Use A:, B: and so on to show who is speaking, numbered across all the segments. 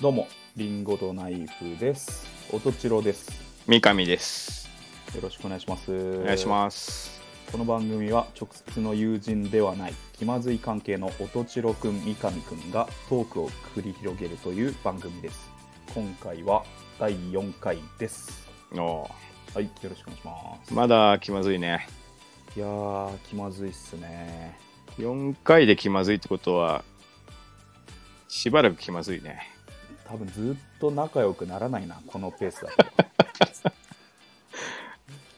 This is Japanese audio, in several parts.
A: どうも、リンゴとナイフです。おとちろです。
B: 三上です。
A: よろしくお願いします。
B: お
A: お
B: 願いします。
A: す。この番組は直接の友人ではない気まずい関係のおとちろくん、三上くんがトークを繰り広げるという番組です。今回は第4回です。
B: お
A: はい、よろしくお願いします。
B: まだ気まずいね。
A: いやー、気まずいっすね。
B: 4回で気まずいってことは、しばらく気まずいね。
A: 多分ずっと仲良くならないな、このペースだと。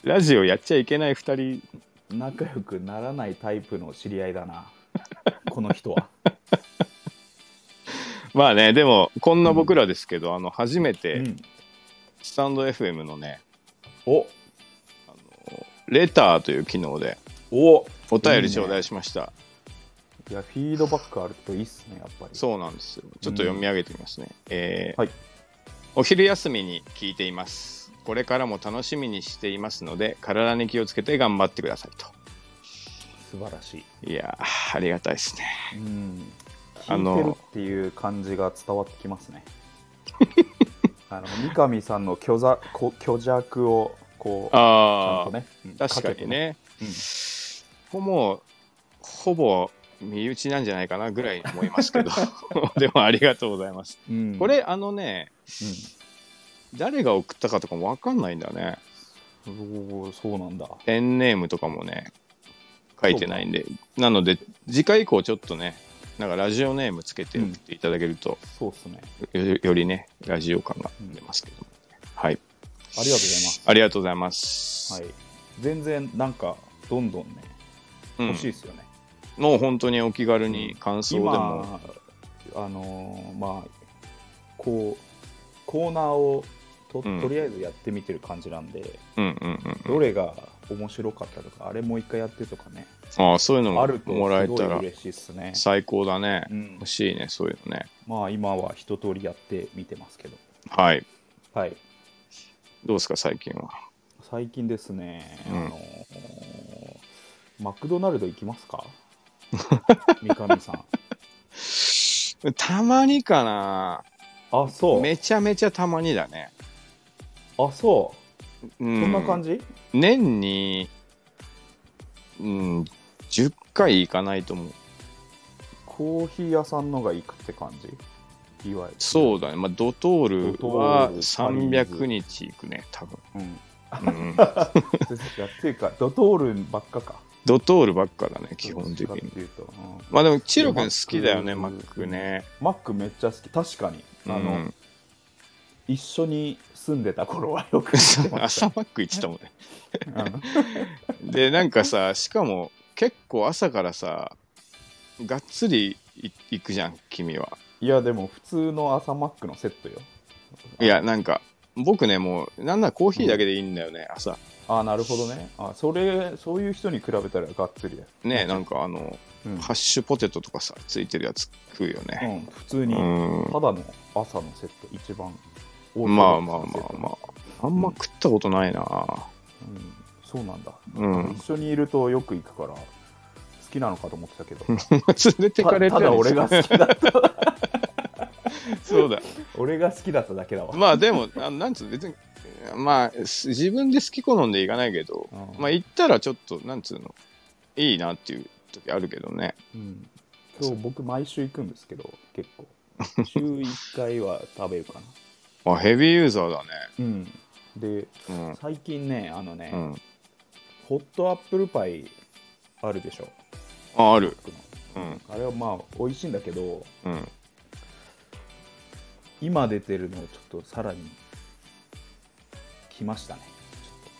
B: ラジオやっちゃいけない2人、
A: 仲良くならないタイプの知り合いだな、この人 は。
B: まあね、でも、こんな僕らですけど、あの初め
A: う
B: て
A: ん、
B: スタンド FM のね、
A: お
B: レターという機能で
A: お
B: お便り頂戴しました。
A: いや、フィードバックあるといいっすね、やっぱり。
B: そうなんですよ。ちょっと読み上げてみますね。えー
A: はい
B: お昼休みに聞いています。これからも楽しみにしていますので、体に気をつけて頑張ってくださいと。
A: 素晴らしい。
B: いやーありがたいですね。
A: うん。
B: あ
A: 聞い
B: の
A: てるっていう感じが伝わってき ますね。あの三上さんの虚ざこ虚弱をこう、ちゃん
B: あ
A: と
B: あ、
A: ね、
B: 確かにね。
A: けてね
B: ほぼ、ほぼ身内なんじゃないかなぐらい思いま すけど、 でもありがとうございます。
A: うん。うん
B: こ、れ、あのね、
A: う
B: 誰が送ったかとかもわかんないんだね。
A: ん、おーそうなんだ。
B: ペンネームとかもね、書いてないんで、なので、次回以降ちょっとね、なんかラジオネームつけて送っていただけると、
A: そうっすね。
B: よよりね、ラジオ感が出ますけど、はい。
A: ありがとうございます。
B: ありがとうございます。
A: はい。全然、なんか、どんどんね、
B: うん
A: 欲しいっすよね。
B: もう本当にお気軽に感想でも、
A: 今あのーまあこうコーナーをと
B: うん
A: とりあえずやってみてる感じなんで、
B: うんうんうん
A: どれが面白かったとかあれもう一回やってとかね
B: ああそういうの
A: あ
B: も
A: ると
B: もらえ
A: すご
B: た
A: い
B: ら
A: 嬉しいですね、
B: 最高だね、
A: うん
B: 欲、しいねそういうのね
A: まあ今は一通りやってみてますけど
B: はい
A: はい
B: どうですか最近は
A: 最近ですね、
B: うん
A: あのーマクドナルド行きます か三上さん
B: たまにかな
A: あそう
B: めちゃめちゃたまにだね
A: あそう
B: う
A: そんな感じ、
B: 年にうん10回行かないと思う
A: コーヒー屋さんのが行くって感じいわゆる
B: そうだねまあドトールは
A: ドトール
B: 300日行くね多分、
A: うん、うん、
B: うん、
A: いやっていうか ドトールばっかか
B: ドトールばっかだね基本的
A: どっちかっ
B: に
A: ていうと、うん
B: まあでもチロ君好きだよね
A: マ
B: マ
A: ッ
B: ッ
A: ク
B: クね
A: マックめっちゃ好き確かにあの、
B: うん
A: 一緒に住んでた頃はよく行ってまし
B: 朝マック行ってたもんね
A: た、うん
B: でなんかさしかも結構朝からさがっつりい行くじゃん君はい
A: やでも普通の朝マックのセットよ
B: いやなんか僕ねもうなんならコーヒーだけでいいんだよね、朝
A: ああなるほどねあそれそういう人に比べたらがっつりだよ、
B: ねなんかあの
A: うん
B: ハッシュポテトとかさついてるやつ食うよね
A: うん普通
B: う
A: にただ
B: ん
A: の朝のセット一番
B: まあまあまあ
A: あ、
B: まああんま食ったことないな
A: うん、そうなんだ
B: うん、
A: 一緒にいるとよく行くから好きなのかと思ってた けど
B: 連れてかれ
A: た
B: て
A: ただ俺が好きだ った
B: そうだ
A: 俺が好きだっただけだわ、
B: まあでもあなんつうの別にまあす自分で好き好んでいかないけど
A: うん
B: まあ行ったらちょっとなんつうのいいなっていう時あるけどね
A: うん今日僕毎週行くんですけど結 構週1回は食べるかな
B: あヘビーユーザーだね
A: うんで
B: うん
A: 最近ねあのね、
B: うん
A: ホットアップルパイあるでしょ
B: あある
A: 僕の
B: うん
A: あれはまあ美味しいんだけど
B: うん
A: 今出てるのをちょっとさらに来ましたね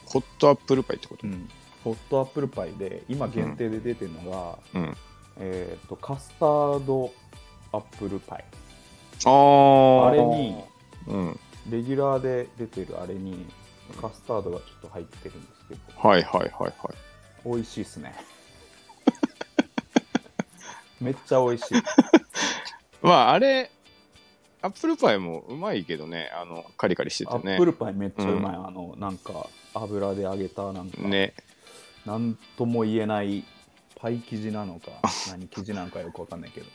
B: ホットアップルパイってこと
A: うんホットアップルパイで今限定で出てるのが、
B: うん
A: えー、とカスタードアップルパイ
B: ああ
A: あれに
B: うん
A: レギュラーで出てるあれにカスタードがちょっと入ってるんですけど
B: はいはいはいはい
A: 美味しいっす ねめっちゃ美味しい
B: まああれアップルパイもうまいけどねあのカリカリして
A: ア
B: て
A: ッ
B: ね
A: プルパイめっちゃうまい、あのなんか油で揚げたなんか、
B: ね
A: なんとも 言えないパイ生地なのか何生地なのかよくわかんないけど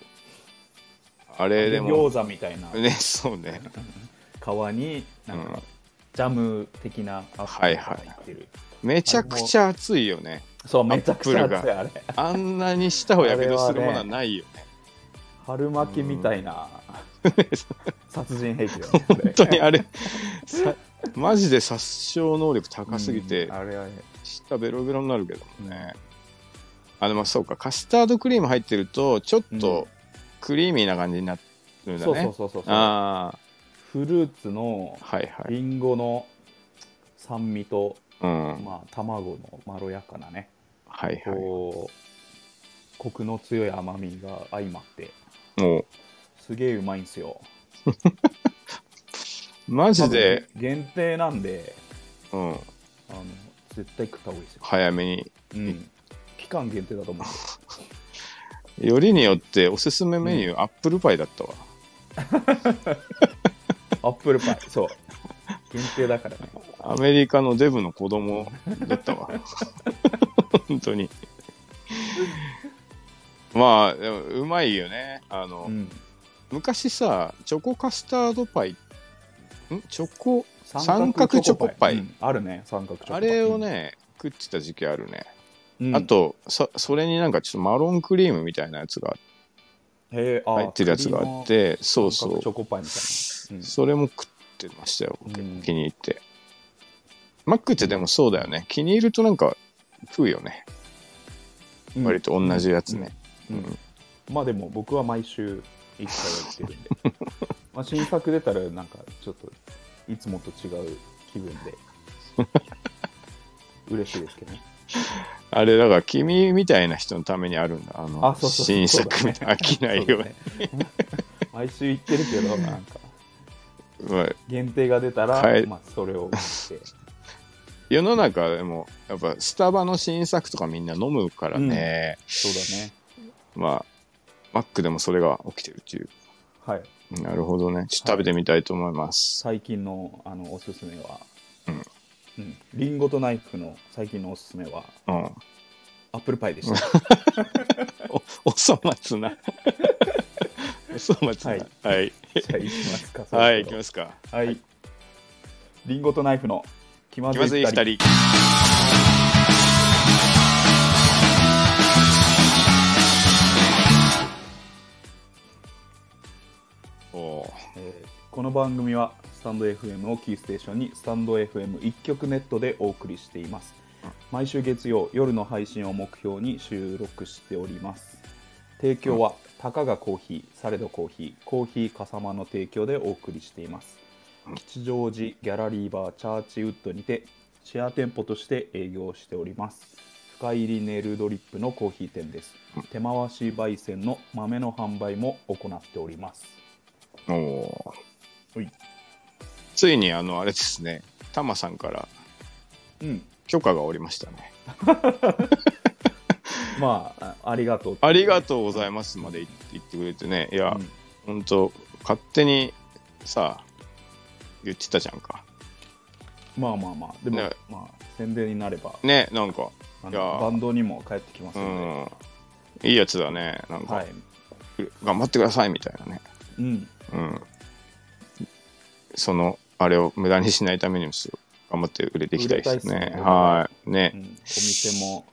B: あれでも、
A: 餃子みたいな
B: ね、そうね。
A: 皮になん
B: うん
A: かジャム的なアップルが入ってる、
B: めちゃくちゃ熱いよね。
A: そうめちゃくちゃ熱いあれ
B: あんなに舌をやけどするものはないよね。
A: 春巻きみたいな殺人兵器だね
B: 本当にあれ、さマジで殺傷能力高すぎて
A: うん、あれはね
B: 舌ベロベロになるけどもね。あ、でもそうか、カスタードクリーム入ってると、ちょっとクリーミーな感じになるんだ
A: そうそう
B: ね。
A: そうそうそう
B: あ
A: フルーツの
B: あ、はいはい。
A: リンゴの酸味と、
B: うん。はい
A: まあ、卵のまろやかなね
B: はい。
A: こうコクの強い甘みが相まって
B: もう、
A: すげえうまいんすよ
B: マジで、
A: 多分限定なんで
B: うん、
A: あの絶対食った方がいいですよ、
B: 早めに。
A: うん、期間限定だと思う
B: よりによって、おすすめメニュー、アップルパイだったわ。
A: アップルパイ、そう。限定だ からね。
B: アメリカのデブの子供だったわ。 本当に。まあ、でもうまいよね。あの、
A: うん。
B: 昔さ、チョコカスタードパイ、んチョコ、
A: 三
B: 三
A: 角
B: 角
A: チ
B: チ
A: ョ
B: ョ
A: コ
B: コ
A: パ
B: パ
A: イ。
B: イ
A: うんあるね、三角チョコパイ。
B: あれをね、食ってた時期あるね。
A: うん、
B: あとそ、それになんかちょっとマロンクリームみたいなやつが
A: へー、あー
B: 入ってるやつがあっ、て、
A: 栗
B: そ
A: の
B: うそ
A: 三角
B: う
A: チ。ョコパイみたいな。
B: それも食ってましたよ、僕
A: うん
B: 気に入って。マックってでもそうだよね。気に入るとなんか食うよね。
A: うん
B: 割と同じやつね。
A: う
B: うんん
A: うんまあでも僕は毎週一回は行ってるんで。 まあ新作出たらなんかちょっといつもと違う気分 で。嬉しいですけどね。
B: あれ、だから君みたいな人のためにあるんだ。あの、
A: あ、そうそうそう。
B: 新作みたいな飽きないように。
A: そうだね毎週行ってるけど、なんか。
B: まあ
A: 限定が出たら、
B: はい
A: まあ、それを買って。
B: 世の中でも、やっぱスタバの新作とかみんな飲むからね。
A: そうだね。
B: まあ、マックでもそれが起きてるっていう。
A: はい。
B: なるほどね。ちょっと食べてみたいと思います。
A: 最近のあのおすすめは、
B: うん
A: うん。リンゴとナイフの最近のおすすめは、
B: うん。
A: アップルパイ でした。
B: お、お粗末な。 お粗末な。はい。
A: じゃあ、いきますか。
B: はい、行き
A: す。
B: ますか。
A: はい。リンゴとナイフの気ま
B: 気
A: ず
B: まず
A: い
B: い
A: 二人。
B: 二人。おお
A: えーこの番組はスタンド FM をキーステーションにスタンド FM 一曲ネットでお送りしています毎週月曜夜の配信を目標に収録しております提供はたかがコーヒーされどコーヒーコーヒーかさまの提供でお送りしています吉祥寺ギャラリーバーチャーチウッドにてシェア店舗として営業しております深入りネルドリップのコーヒー店です手回し焙煎の豆の販売も行っております
B: ー。おー
A: はい
B: ついにあのあれですね、タマさんから
A: うん
B: 許可がおりましたね。
A: まあ、あありがとう。
B: ありが
A: と
B: とうございますまで言って言ってくれてね。いや、
A: うん
B: ほんと、勝手にさ、言ってたじゃんか。
A: まあまあまあ、でも、
B: ね
A: まあ、宣伝になれば、
B: ね、なんか、
A: あ
B: いや
A: のバンドにも帰ってきます
B: う
A: の
B: ん、いいやつだね。なん
A: で、
B: か、
A: はい。
B: 頑張ってくださいみたいなね。
A: うん、
B: うん、そのあれを無駄にしないためにもすごい頑張って売れていきたいです
A: 売れたい
B: ね
A: っすね
B: はい
A: うんお
B: ね
A: 店も、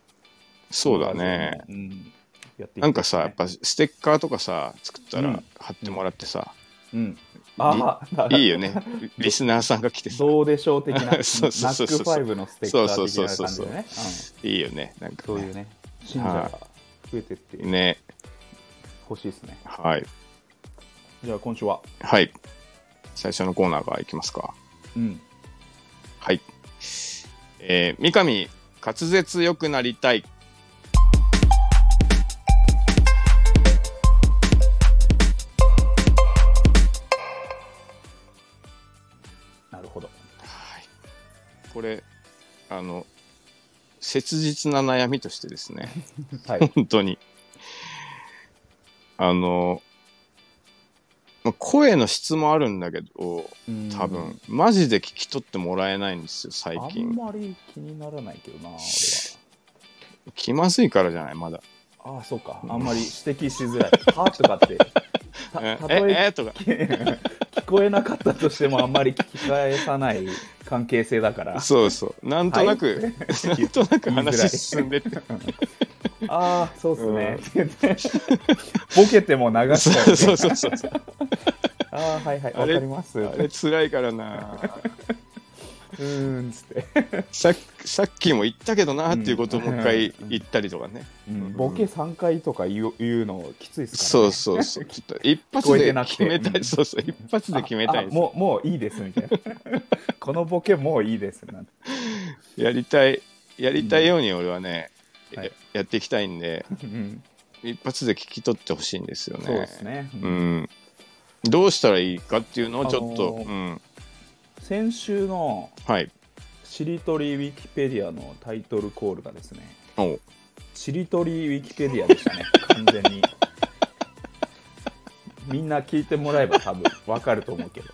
B: そうだ
A: ラ
B: ね
A: ジオもうん、やっていきたいですね
B: なんかさやっ、ぱステッカーとかさ作った
A: う
B: ら
A: ん
B: 貼ってもらってさ、
A: うん、ああ、
B: いいよ ねリスナーさんが来てさ
A: どうでしょう的な、ナック
B: そうそうそうそう
A: 5のステッカー
B: そうそう
A: 的
B: そ
A: な
B: う
A: 感
B: そ
A: じでね、う
B: う
A: ん
B: いいよねなんか
A: そういうね、信者が増えてって
B: ね
A: ほしいですね。
B: はい
A: じゃあ、今週は、
B: はい最初のコーナーがいきますか
A: うん、
B: はいえー、三上滑舌良くなりたい
A: なるほど。
B: はいこれあの切実な悩みとしてですね
A: はい。
B: 本当に。あの、まあ声の質もあるんだけど、
A: うん
B: 多分、マジで聞き取ってもらえないんですよ、最
A: あん
B: 近。
A: まり気にならないけどな、俺は。
B: 気まずいからじゃない、まだ。
A: ああ、そうか。あんまり指摘しづらい。はあとかってた
B: え
A: たと
B: え
A: え
B: えとか
A: 聞こえなかったとしてもあんまり聞き返さない関係性だ から
B: そうそうなんとなく、 なんとなく
A: 言いづらい
B: 話進んで って
A: ああそうっすね、って ボケても流しちゃう
B: そ
A: ね
B: うそうそうそう
A: ああはいはい
B: あ
A: わか
B: れ
A: ります
B: あれ辛いからな
A: うーんっつって、
B: ささっきも言ったけどなっていうことをもう一回言ったりとかね、
A: うんボケ3回とか言う言うのきついっすから、ね、
B: そうそ うそうちょっと一発
A: 聞こえて
B: で
A: なく
B: 決
A: て
B: めたい、
A: うん
B: そうそう一発で決めたい
A: あ
B: で
A: あ
B: す
A: もうもういいですみたいな このボケもういいですなんて
B: やりたいやりたいように俺はね、
A: うん
B: や
A: はい
B: やっていきたいんで
A: うん
B: 一発で聞き取ってほしいんですよね
A: そうですね、うん
B: うん、どうしたらいいかっていうのをちょっと、
A: あのー
B: うん、
A: 先週の
B: はい
A: しりとりウィキペディアのタイトルコールがですね
B: おう
A: しりとりウィキペディアでした ね完全にみんな聞いてもらえば多分わかると思うけど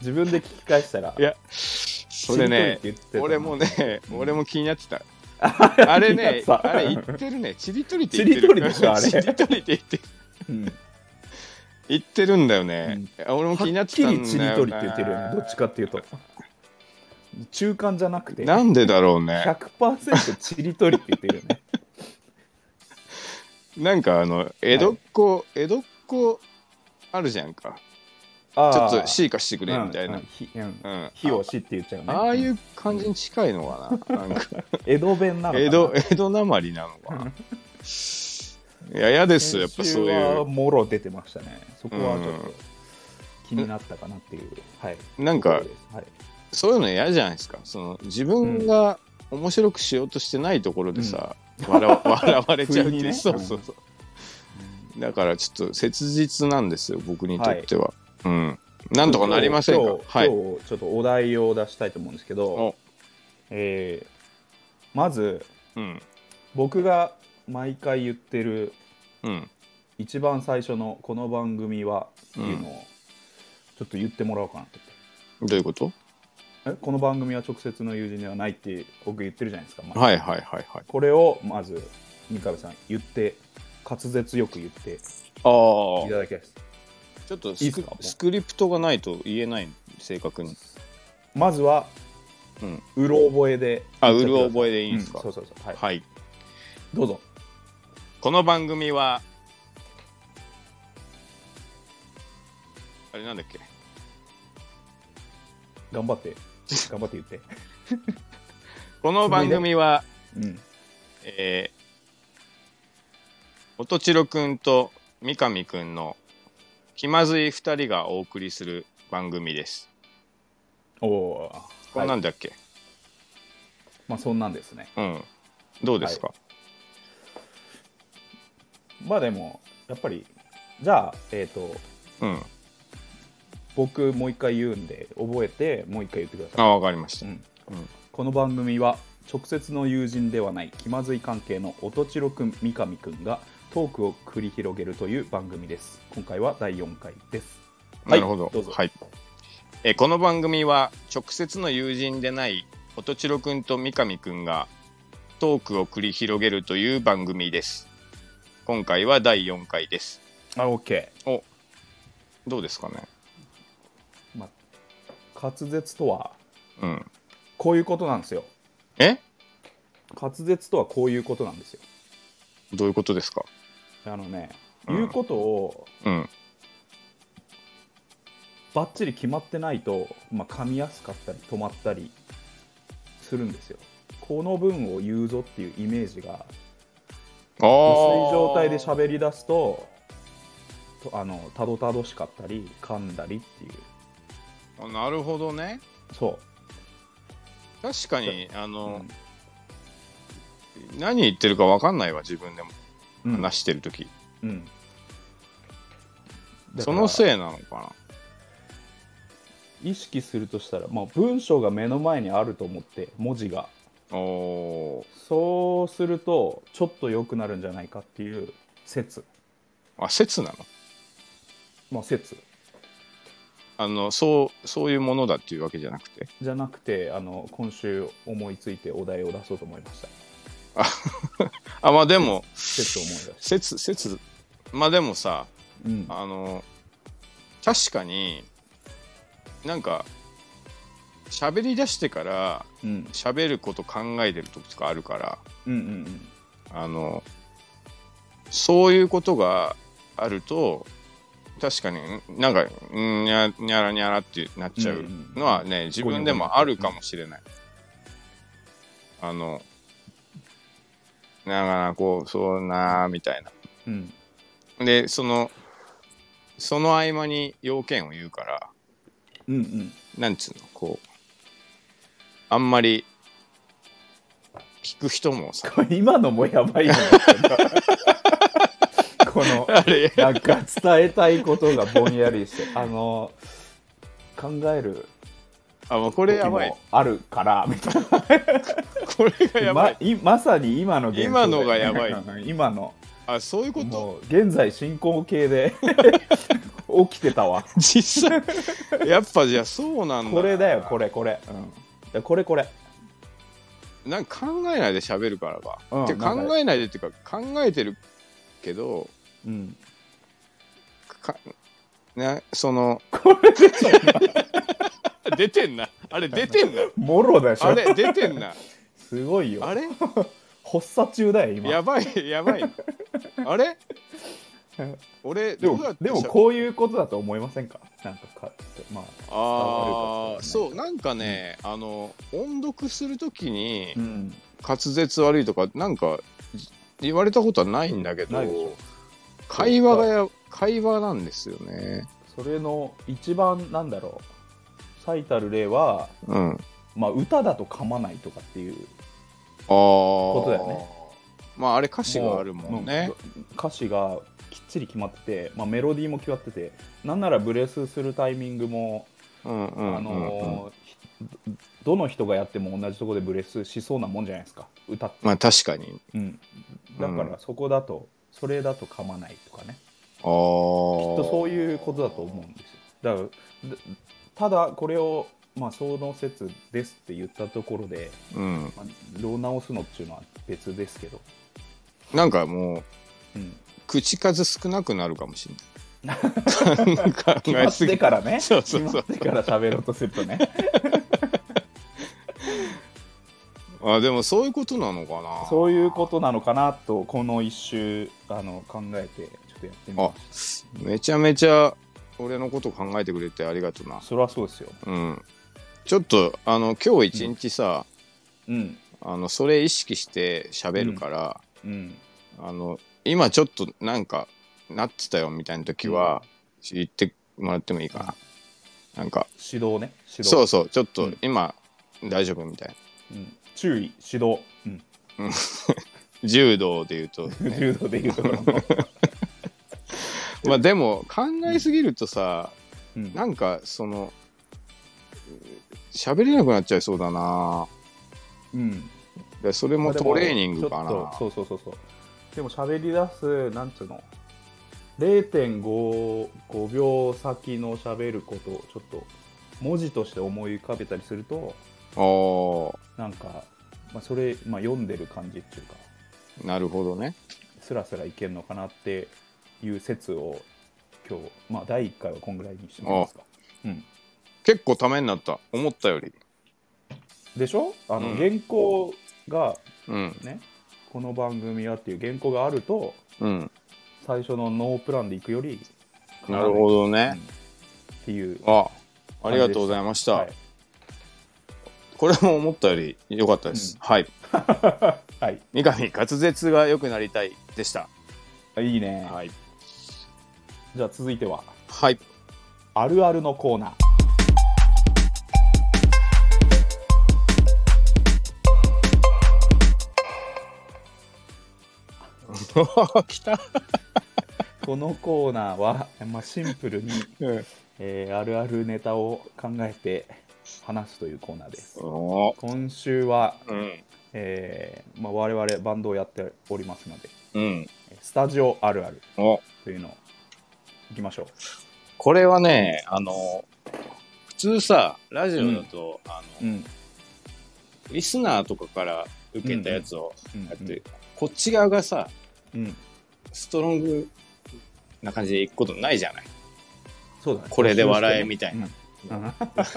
A: 自分で聞き返したら
B: いやそれね
A: しりとりって言ってたな
B: 俺もね、俺も気になって た
A: あ
B: あれね
A: 気になった
B: あれ言ってるねちりとりって言ってる
A: ちりとりでしょあれ
B: ちりとりって言って
A: うん
B: 言ってるんだよね、俺も気にな
A: はっ
B: って
A: き
B: たんだよ
A: り
B: な
A: ちりとりって言ってるよねどっちかっていうと中間じゃなくて
B: なんでだろうね
A: 100%ちりとりって言ってるよね
B: なんかあの江戸っ子、江戸っ子あるじゃんか
A: あ
B: ちょ
A: ー
B: っと C かしてくれみたいな、
A: うんうんひうん
B: うん
A: 火をしって言っちゃうね
B: ああいう感じに近いのかななんか
A: 江戸弁なのかな
B: 江戸江戸なまりなのかないや嫌ですよやっぱそう
A: 先週
B: い
A: は
B: う
A: もろ出てましたねそこはちょっ
B: うん
A: と気になったかなっていう、はい
B: なんか
A: ところですはい
B: そういうの嫌じゃないですかその自分が面白くしようとしてないところでさ、笑わ笑われちゃうって
A: 不意
B: いう、
A: にね
B: そうそうそう、だからちょっと切実なんですよ僕にとっては、うんなんとかなりません
A: 今
B: か
A: 日
B: はい
A: 今日ちょっとお題を出したいと思うんですけど、
B: お
A: えーまず
B: うん
A: 僕が毎回言ってる
B: うん
A: 一番最初の「この番組は」っていうのをちょっと言ってもらおうかなと
B: どういうこと
A: 思って、えこの番組は直接の友人ではないって僕言ってるじゃないですか、まあ
B: はいはいはいはい
A: これをまず三上さん言って滑舌よく言ってい
B: ああ
A: ただきたいです
B: ちょっと
A: いい
B: ス
A: っす
B: ク
A: かもう
B: スクリプトがないと言えない正確に
A: まずは、
B: うん
A: うろ覚えで
B: あうる覚えでい
A: え
B: いんですか、
A: そうそうそうはい、
B: はい
A: どうぞ
B: この番組はあれなんだっけ
A: 頑張 って頑張って言って、
B: この番組は、
A: うん、
B: えー、音千代くんと三上くんの気まずい二人がお送りする番組です
A: おおー、
B: こ
A: は
B: れ
A: い
B: なんだっけ、
A: まあそんなんですね
B: うんどうですか、
A: まあでもやっぱりじゃあえっ、と
B: うん
A: 僕もう一回言うんで覚えてもう一回言ってください
B: あわかりました、
A: うん
B: うん
A: この番組は直接の友人ではない気まずい関係の音千代くん三上くんがトークを繰り広げるという番組です今回は第4回です
B: なるほど。
A: はいどうぞ
B: はい。えーこの番組は直接の友人でない音千代くんと三上くんがトークを繰り広げるという番組です。今回は第4回です。
A: あ OK、
B: お、どうですかね。
A: まあ、滑舌とは
B: うん。
A: こういうことなんですよ
B: え、
A: 滑舌とはこういうことなんですよ
B: どういうことですか。
A: あのね、
B: うん
A: 言うことを
B: うん。
A: バッチリ決まってないと、まあ、噛みやすかったり止まったりするんですよこの文を言うぞっていうイメージが
B: ああ。
A: 薄い状態で喋り出すととあのたどたどしかったり噛んだりっていう
B: あなるほどね。
A: そ
B: 確かにあ
A: う、
B: の、何言ってるかわかんないわ自分でも
A: うん
B: 話してる時。
A: うん
B: そのせい
A: い
B: なのかな。
A: 意識するとしたら、まあ、文章が目の前にあると思って文字が
B: お
A: そうするとちょっと良くなるんじゃないかっていう説
B: ーあ説なの。
A: まあ説
B: あのそうそういうものだっていうわけじゃなくて
A: じゃなくてあの今週思いついてお題を出そうと思いました
B: あまあでも
A: 説を思い出し
B: 説説まあでもさ
A: うん
B: あの確かになんか喋り出してから
A: うん
B: 喋ること考えてる時とかあるから
A: うんうん
B: あのそういうことがあると確かになんかんにゃにゃらにゃらってなっちゃうのはね、自分でもあるかもしれない。あのなんかなこうそうなーみたいな。
A: うん
B: でそのその合間に要件を言うから
A: うんうん
B: なんつうのこうあんまり聞く人もさ
A: これ今のもやばいよね この
B: あれ
A: なんか伝えたいことがぼんやりしてあの考える
B: あもうこ
A: こ
B: れやばい
A: あるからみたい
B: これが
A: な
B: やばい
A: まいまさに今の現象だよ
B: 今のがやばい
A: うん 今の
B: あそういうこと
A: もう現在進行形で 起きてた わ
B: 実際やっぱじゃあそうなんだ
A: これだよこれこれ、うんいや、これこれ
B: れなんか考えないで喋るからか、
A: うん
B: て
A: なんか
B: 考えないでっていうか考えてるけど
A: うん
B: かなその
A: これでしょ
B: 出てんなあれ出てんな
A: もろでしょ
B: あれ出て んな
A: すごいよ
B: あれ
A: 発作中だよ今
B: やばいやばいあれ俺
A: で
B: どうや
A: も
B: って
A: でも
B: しゃ
A: こういうことだと思いませんかなんかかまあ伝わるか
B: あ
A: 伝
B: あ
A: わ
B: そうなんかね、あの音読するときに
A: うん
B: 滑舌悪いとかなんか言われたことはないんだけど
A: ないでしょ
B: 会話がや会話なんですよね
A: それの一番なんだろう最たる例は、
B: うんあ
A: まあ、歌だと噛まないとかっていう
B: あこと
A: だよね
B: まああれ歌詞があるもんね
A: もううん歌詞がきっちり決まってて、まあ、メロディーも決まっててなんならブレスするタイミングも、
B: うんうん
A: あ
B: うんうん
A: のひどの人がやっても同じところでブレスしそうなもんじゃないですか歌って、
B: まあ確かに
A: うん、だか
B: うん
A: らそこだと、それだと噛まないとかね
B: ああきっと
A: とそういうことだと思うんですよだからだただこれを、まあ、その説ですって言ったところで、
B: うん
A: まあ、どう直すのっていうのは別ですけど、
B: なんかもう
A: うん、
B: 口数少なくなるかもしれない。 なんか考
A: 決ま
B: え
A: っ
B: すぎ
A: てからね
B: そうそうそう
A: 決まってから喋ろうとするとね
B: あでもそういうことなのかな。
A: そういうことなのかなとこの一周あの考えてちょっとやってみまし
B: めちゃめちゃ俺のこと考えてくれてありがとうな
A: た。それはそうですよ
B: うん。ちょっとあの今日一日さ、
A: うん
B: あのそれ意識して喋るから、
A: うん
B: あの今ちょっとなんかなってたよみたいな時は、言ってもらってもいいかな。なんか
A: 指導ね指導
B: そうそうちょっと
A: うん
B: 今、大丈夫みたいな。
A: うん注意指導、うん、
B: 柔道で言うと、ね
A: 柔道でいうところ の、
B: まあでも考えすぎるとさ、
A: うん、
B: なんかその喋れなくなっちゃいそうだな
A: うん
B: でそれ
A: ま
B: も
A: あで
B: トレーニングかな
A: ちょっとそうそうそうそうでも喋り出すなんつうの0.55秒先の喋ることをちょっと文字として思い浮かべたりすると
B: あ
A: なんか、まあ、それ、まあ、読んでる感じっていうか
B: あなるほどね
A: スラスラいけるのかなっていう説を今日まあ第1回はこんぐらいにしてもらいますか、うん、
B: 結構ためになった思ったより
A: でしょあの、
B: うん
A: 原稿が
B: うん
A: ねこの番組はっていう原稿があると
B: うん
A: 最初のノープランで行くより
B: なるほど
A: うん
B: ね、
A: っていう
B: あありがとうございました、
A: はい
B: これも思ったより良かったです、
A: うん
B: はい
A: はい
B: 三上滑舌が良くなりたいでした
A: あいいね、
B: はい
A: じゃあ続いては
B: はい
A: あるあるのコーナー
B: 来た、
A: このコーナーは、まあ、シンプルに、えーあるあるネタを考えて話すというコーナーです
B: お
A: 今週は、
B: ーうん
A: えーまあ、我々バンドをやっておりますので
B: うん
A: スタジオあるある
B: お
A: というのをいきましょう
B: これはねあの普通さラジオだと、あの
A: うん
B: リスナーとかから受けたやつを
A: うん
B: やって、こっち側がさ
A: うん
B: ストロングな感じで行くことないじゃ ない。
A: そうだね
B: これで笑えみたいな。
A: うん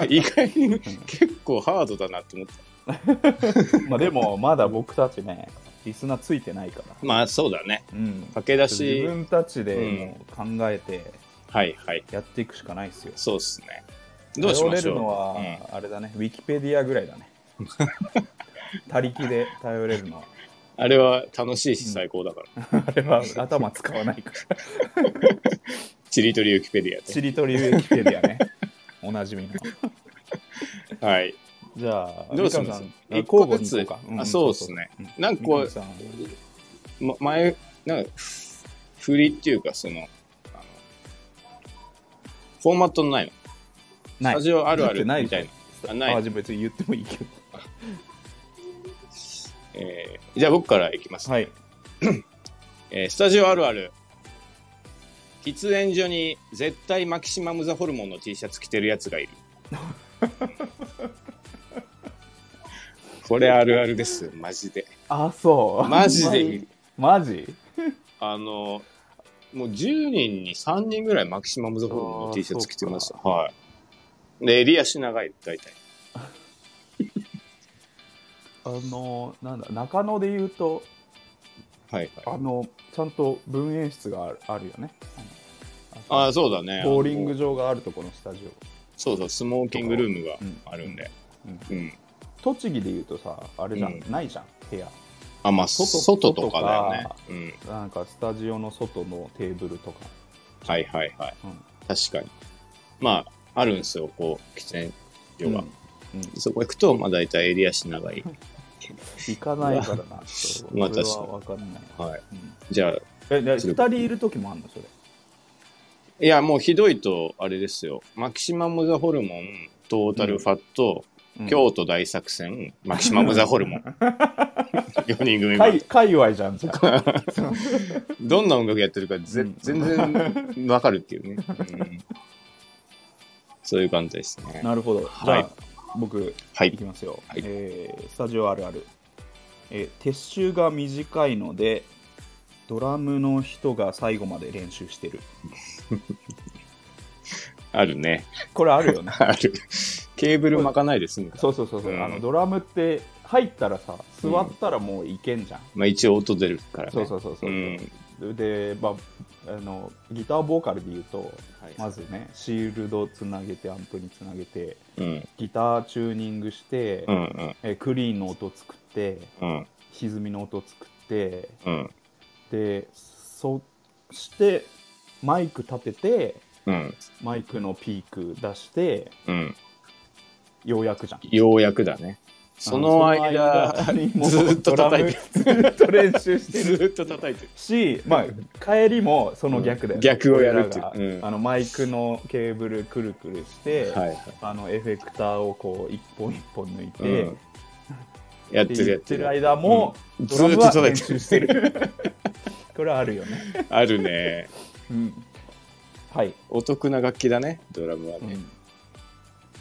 B: 意外に結構ハードだなと思った。
A: まあでもまだ僕たちねリスナーついてないから、
B: まあそうだね。
A: うん、
B: 駆け出
A: 自
B: し、
A: 分たちでもう考えて
B: はいはい。
A: やっていくしかないですよ、
B: そうっすね。どうしま
A: 頼れ
B: しょ
A: る
B: う。
A: のは、
B: うん
A: あれだねウィキペディアぐらいだ ね他力で頼れるのは
B: あれは楽しいし最高だから。
A: あれは頭使わないから
B: ちりとりウィキペディア
A: しりとりウィキペディア ねおなじみの
B: で。はい。
A: じゃあ
B: どうします
A: 三上さんあ
B: 一個
A: 交互に行こ
B: ず
A: う
B: つ
A: かん
B: あそうっすね
A: そうそううん
B: なんかこう
A: 三上さん
B: ま、前、なんか、振りっていうか、その、あの、フォーマットないの。
A: な
B: スタジオあるある
A: だって
B: みたい
A: で
B: な
A: し。
B: あ
A: ょ
B: ない
A: あじゃあ別に言ってもいいけど
B: えーじゃあ僕からいきます、
A: はい
B: えースタジオあるある。喫煙所に絶対マキシマムザホルモンの T シャツ着てるやつがい る。これあるあるです、マジで。
A: あそう
B: マジでいる
A: マジ
B: あの、もう10人に3人ぐらいマキシマムザホルモンの T シャツ着てました。はい。で、襟足長い、大体。
A: あのなんだ中野で言うと
B: はい、はい。
A: あのちゃんと分演室があるあるよね
B: あ
A: あ
B: あ、そうだね。
A: ボーリング
B: あの
A: 場があるところのスタジオ
B: そうそう、スモーキングルームがあるんで。うん。
A: 栃木で言うとさあれじゃん、
B: うん
A: ないじゃん部屋
B: あ、まあ、
A: 外
B: 外とかだよね。うん。
A: なんかスタジオの外のテーブルとか、
B: はいはいはい。
A: うん
B: 確かに。まあ、あるんですよ、こう、喫煙所が。
A: うん
B: そこ行くと、まあ、大体襟足 長い。
A: 行かないからなちょっと
B: まあ
A: それ
B: 確か
A: は
B: に
A: 分かんない、
B: はい。
A: うん
B: じゃあ、
A: えで2人いる時もあんのそれ
B: いや、もうひどいと、あれですよ。マキシマムザホルモン、トータルファット、京都大作戦、マキシマムザホ ルモン。4人組が
A: 界。界隈じゃんじゃあ
B: どんな音楽やってるかぜ、
A: うん
B: 全然わかるってい うね。うんそういう感じですね。
A: なるほどじゃあ、
B: はい
A: 僕
B: はいい
A: き。ますよ、
B: はい
A: えースタジオあるある、えー撤収が短いのでドラムの人が最後まで練習してる
B: あるね。
A: これあるよ ね
B: ある。ケーブル巻かないで済むから。
A: そうそうそうそう、
B: うん
A: あのドラムって入ったらさ座ったらもういけんじゃん、
B: まあ一応音出るからね。
A: そうそうそうそう、
B: うん
A: で、まあ、あのギターボーカルで言うと
B: はい
A: まずねシールドつなげてアンプにつなげて
B: うん。
A: ギターチューニングして、
B: うんうん
A: えクリーンの音作って
B: うん
A: 歪みの音作って
B: うん
A: でそしてマイク立てて
B: うん
A: マイクのピーク出して
B: うん。
A: ようやくじゃん
B: ようやくだね。その間、
A: その間にも
B: ずーっと叩いて
A: ドラムずーっと練習してる
B: ずーっと叩いてる。
A: し、まあ、帰りもその逆で、
B: うん逆をやるっていう
A: 俺らが
B: うん
A: あのマイクのケーブルくるくるして、
B: はいはい。
A: あのエフェクターをこう一本一本抜いて、
B: う
A: っ
B: んやっててる
A: 言
B: や
A: っ
B: ってて
A: る
B: る。
A: 間も、
B: うん
A: ドラムは
B: ずーっと
A: 練
B: 叩いて
A: 習
B: る
A: してる これはあるよね、
B: あるね。
A: うん、はい、
B: お得な楽器だね、ドラムは
A: う
B: ね。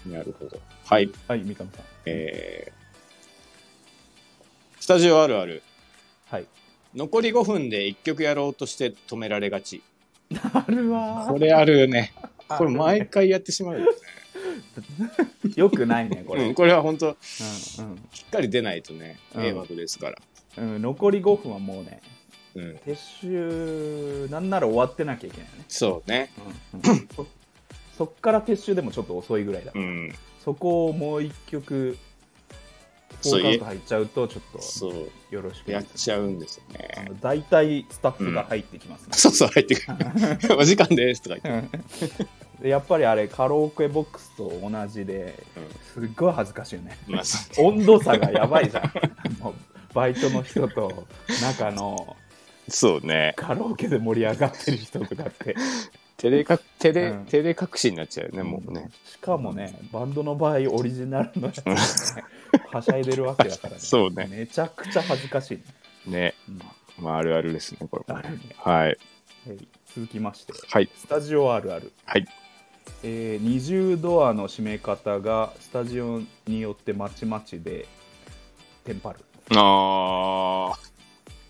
A: ん
B: なるほど。はい。
A: はい三上さん
B: えースタジオあるある。
A: はい
B: 残り5分で1曲やろうとして止められがち。
A: あるわ
B: これあるね。
A: あ
B: これ毎回やってしまうよね。
A: よくないねこれ、
B: う
A: うん
B: んこれは本当
A: うん
B: しっかり出ないとね、
A: うん
B: 迷惑ですから。
A: うん、残り5分はもうね
B: うん。
A: 撤収なんなら終わってなきゃいけないね
B: そうね。
A: うんうんそそっから撤収でもちょっと遅いぐらいだ、
B: うん。
A: そこをもう一曲フ
B: そ
A: ォーカウ
B: う
A: ト入っちゃうとちょっと
B: そう。
A: よろしく
B: や
A: ない
B: っちゃうんですよ
A: あ
B: ね。
A: の大体スタッフが入ってきますね、
B: そうそう、入ってく る。お時間ですとか言っ
A: でやっぱりあれカラオケボックスと同じで
B: て。
A: すっごい恥ずかしいよね
B: うん。まあ、そう
A: 温度差がやばいじゃん もうバイトの人と中の
B: そうね。
A: カラオケで盛り上がってる人とかって
B: 照れか、照れ、
A: うん
B: 照れ隠しになっちゃうよね、もうね。
A: しかもねバンドの場合オリジナルのやつがね、はしゃいでるわけだからね
B: そうね
A: めちゃくちゃ恥ずかしいね、
B: ね。
A: うん
B: まあ、あるあるですね、これも
A: あるね
B: はい。
A: はい続きまして
B: はい。
A: スタジオあるある、
B: はい。
A: えー、20ドアの閉め方がスタジオによってまちまちでテンパる
B: あー。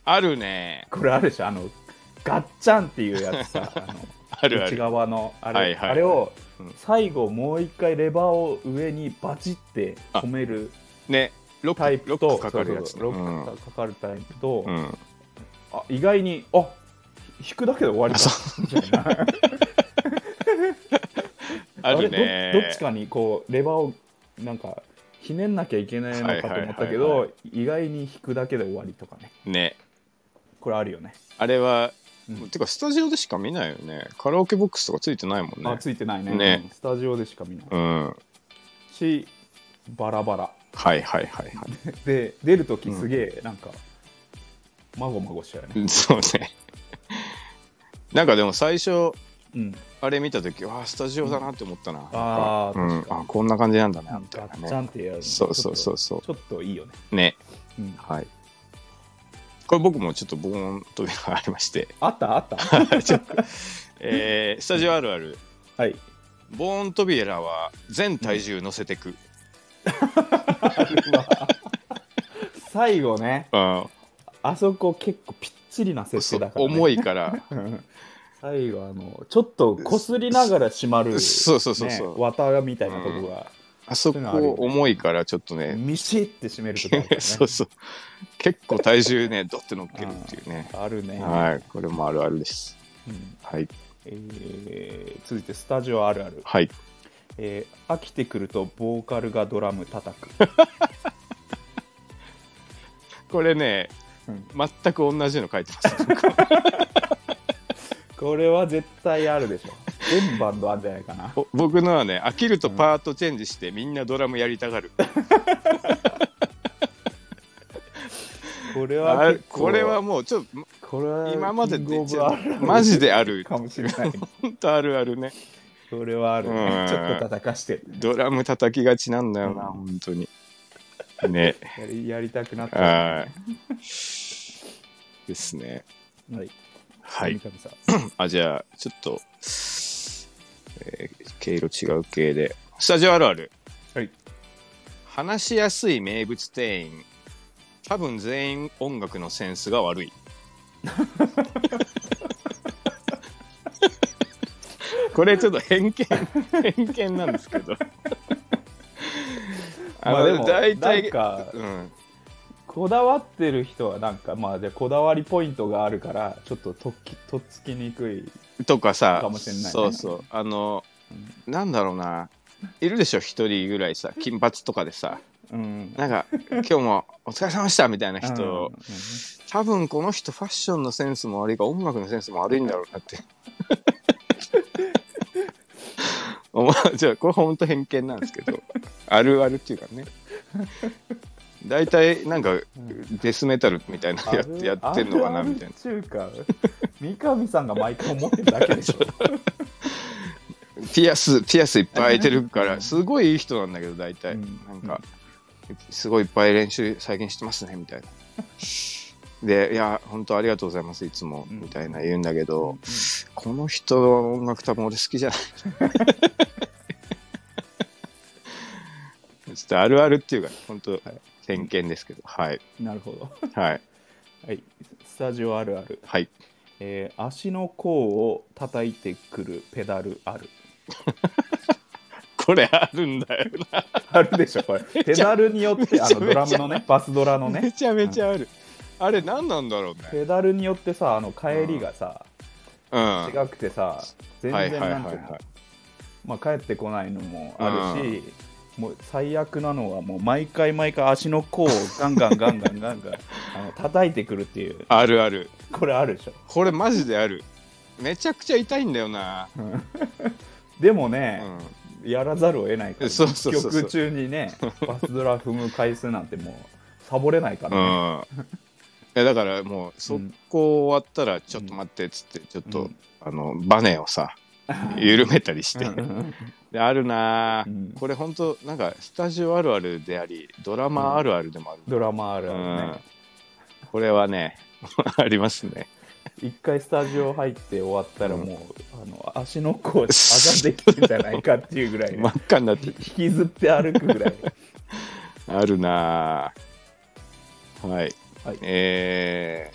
B: あるね。
A: これあるでしょあのガッチャンっていうやつ さあの
B: あるあ
A: 内
B: る。
A: 側のあれ,、
B: はいはいはい
A: あれを
B: うん
A: 最後もう一回レバーを上にバチって止める
B: ね、ロ
A: タイ
B: ックロ
A: プ
B: ッ
A: と
B: クかかるやつ
A: そう
B: ね。
A: そうそうロックかかるタイプと、
B: うんうん
A: あ意外にあ引くだけで終わり
B: あ
A: か
B: そ
A: みたいな
B: ある
A: れ
B: ね
A: どどっちかにこうレバーをなんかひねんなきゃいけないのかと思ったけど、
B: はいはいは
A: 意外に引くだけで終わりとかね
B: ね、
A: これあるよね
B: あれは、
A: うん
B: てかスタジオでしか見ないよね。カラオケボックスとかついてないもん
A: あ
B: ね。
A: ついてないね
B: ね
A: うんスタジオでしか見ない、
B: うん。はい
A: しバラバラ
B: はいはいはい。
A: で出るときすげえなんか、まごまごしちゃうよね、
B: そうね。なんかでも最初、
A: うん、
B: あれ見たとき、わあ、スタジオだなって思ったな。
A: あー
B: なん
A: 確か
B: か
A: に
B: うん、あこんな感じなんだ
A: な
B: な、
A: ん
B: み
A: か
B: たい
A: ガッチャ
B: なね。
A: ンってやるの
B: そうそうそうそう
A: ちょっとちょっといいよね、
B: ね、
A: うん、
B: はい。これ僕もちょっとボーンというのがありま して、
A: あったあった
B: えースタジオあるある、
A: はい
B: ボーントビエラは全体重乗せてく。
A: 最後ね
B: うん、
A: あそこ結構ぴっちりな設
B: そ
A: 定
B: う
A: だから、ね、
B: 重い から、
A: 最後あのちょっとこすりながら閉まる、
B: そうそうそうそ
A: ね
B: う
A: 綿みたいなとこが、
B: あそこ重いからちょっとね、
A: ミシって閉めるとこあるからね
B: そうそう、結構体重ね、ドって乗っけるっていうね。
A: あるね、
B: はい、これもあるあるです。
A: うん
B: はい、
A: えー続いてスタジオあるある、
B: はい、
A: えー飽きてくるとボーカルがドラム叩 く、
B: これね、
A: うん
B: 全く同じの書いて ます。
A: これは絶対あるでしょ全バンドあるんじゃないかな
B: ぼ僕のはね、飽きるとパートチェンジして、みんなドラムやりたがる。
A: これ
B: あ
A: は
B: れ
A: 結構
B: これはもうちょっと
A: これは
B: 今までで
A: キングオブあるある
B: マジである
A: かもしれない
B: ほんとあるあるね
A: これはあるね、
B: うん
A: ちょっと叩かして
B: ドラム叩きがちなんだよな、
A: うん
B: 本当にね
A: やりやりたくなった、
B: はいですね
A: はい
B: はい
A: 三上さん
B: あじゃあちょっと、えー毛色違う系でスタジオあるある
A: はい
B: 話しやすい名物店員多分全員音楽のセンスが悪い これちょっと偏見偏見なんですけどあ
A: まあでも
B: 大
A: なん
B: 体
A: か
B: うん
A: こだわってる人はなんかまあじゃあこだわりポイントがあるからちょっととっきとっつきにくい
B: とかさ
A: かもしれないね
B: そうそうあの、なんだろうないるでしょ一人ぐらいさ金髪とかでさ
A: うん
B: なんか今日もお疲れ様でしたみたいな人、
A: うんうん
B: 多分この人ファッションのセンスも悪いが音楽のセンスも悪いんだろうなって 思うじゃあこれ本当偏見なんですけどあるあるっていうかね大体なんかデスメタルみたいなやってやってんのかなみたいな
A: あるある中華三上さんが毎回思ってるだけ でしょ
B: ピアスピアスいっぱい開いてるからすごいいい人なんだけど大体、
A: うん
B: なんかすごいいっぱい練習最近してますねみたいな。でいや本当ありがとうございますいつもみたいな言うんだけど、この人の音楽多分俺好きじゃない ちょっとあるあるっていうか本当偏見ですけどはい
A: なるほど
B: はい
A: はいスタジオあるある、
B: はい
A: えー足の甲を叩いてくるペダルある
B: これあるんだよな
A: あるでしょこれペダルによってあの
B: め
A: ド
B: ちゃ
A: ラ
B: め
A: ム
B: ちゃ
A: のねバスドラの
B: め
A: ね
B: ちゃめちゃあるあれ何なんだろうね
A: ペダルによってさあの帰りがさ、
B: うん
A: 違くてさ全
B: はい
A: 然
B: はいはい
A: なんて
B: は
A: いうの
B: い
A: まあ、帰ってこないのもあるし、もう最悪なのはもう毎回毎回足の甲をガンガンガンガンガ ンガンあの叩いてくるっていう
B: あるある
A: これあるでしょ
B: これマジであるめちゃくちゃ痛いんだよな、
A: でも
B: う
A: ね、
B: ん、
A: やらざるを得ないから
B: そうそうそうそう
A: 曲中にねバスドラ踏む回数なんてもうサボれないから
B: う
A: ね、
B: ん、いやだからもう速攻終わったらちょっと待ってっつってちょっと、
A: うん
B: あのバネをさ緩めたりして
A: ん
B: であるなあ、
A: うん
B: これ本当なんかスタジオあるあるでありドラマあるあるでもある、
A: ドラマある
B: う
A: ある
B: ん
A: ね
B: これはね ありますね
A: 一回スタジオ入って終わったらもう、あの足の甲あざできてんじゃないかっていうぐらい ね、
B: 真っ赤になって
A: 引
B: る
A: きずって歩くぐらい
B: あるなあはい、
A: はい
B: え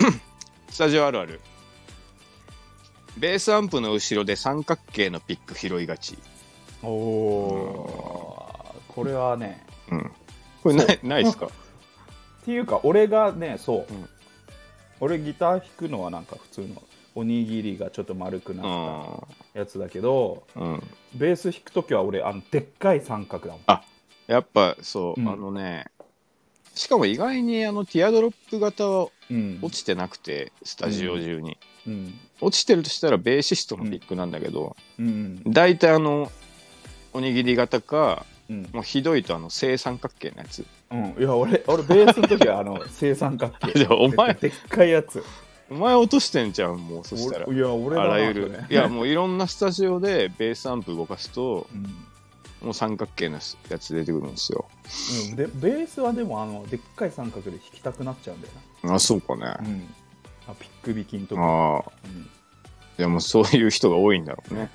B: ー ススタジオあるあるベースアンプの後ろで三角形のピック拾いがち、
A: おおーこれはね
B: うん、これないないですか
A: っていうか俺がねそう、
B: うん
A: 俺ギター弾くのはなんか普通のおにぎりがちょっと丸くなっ
B: あ
A: たやつだけど、
B: ー、うん、
A: ベース弾く時は俺あのでっかい三角だもん
B: やっぱそう、
A: うん
B: あのねしかも意外にあのティアドロップ型は
A: うん
B: 落ちてなくてスタジオ中に、
A: うん
B: 落ちてるとしたらベーシストのピックなんだけど、
A: うん
B: 大体あのおにぎり型か
A: うん、
B: もうひどいとあの正三角形のやつ
A: うん、いや俺俺ベースの時はあの正三角
B: い
A: 形
B: やお前
A: でっかいやつ
B: お前落としてんじゃんもうそしたら
A: おいや俺
B: あらゆ
A: だ
B: る
A: なそ
B: い
A: れ
B: やもういろんなスタジオでベースアンプ動かすと
A: うん
B: もう三角形のやつ出てくるんですよ
A: うん、でベースはでもあのでっかい三角で弾きたくなっちゃうんだよ
B: あそうかね
A: な、 うん、あピック弾きんとか、
B: ああ
A: うん
B: いやもうそういう人が多いんだろうね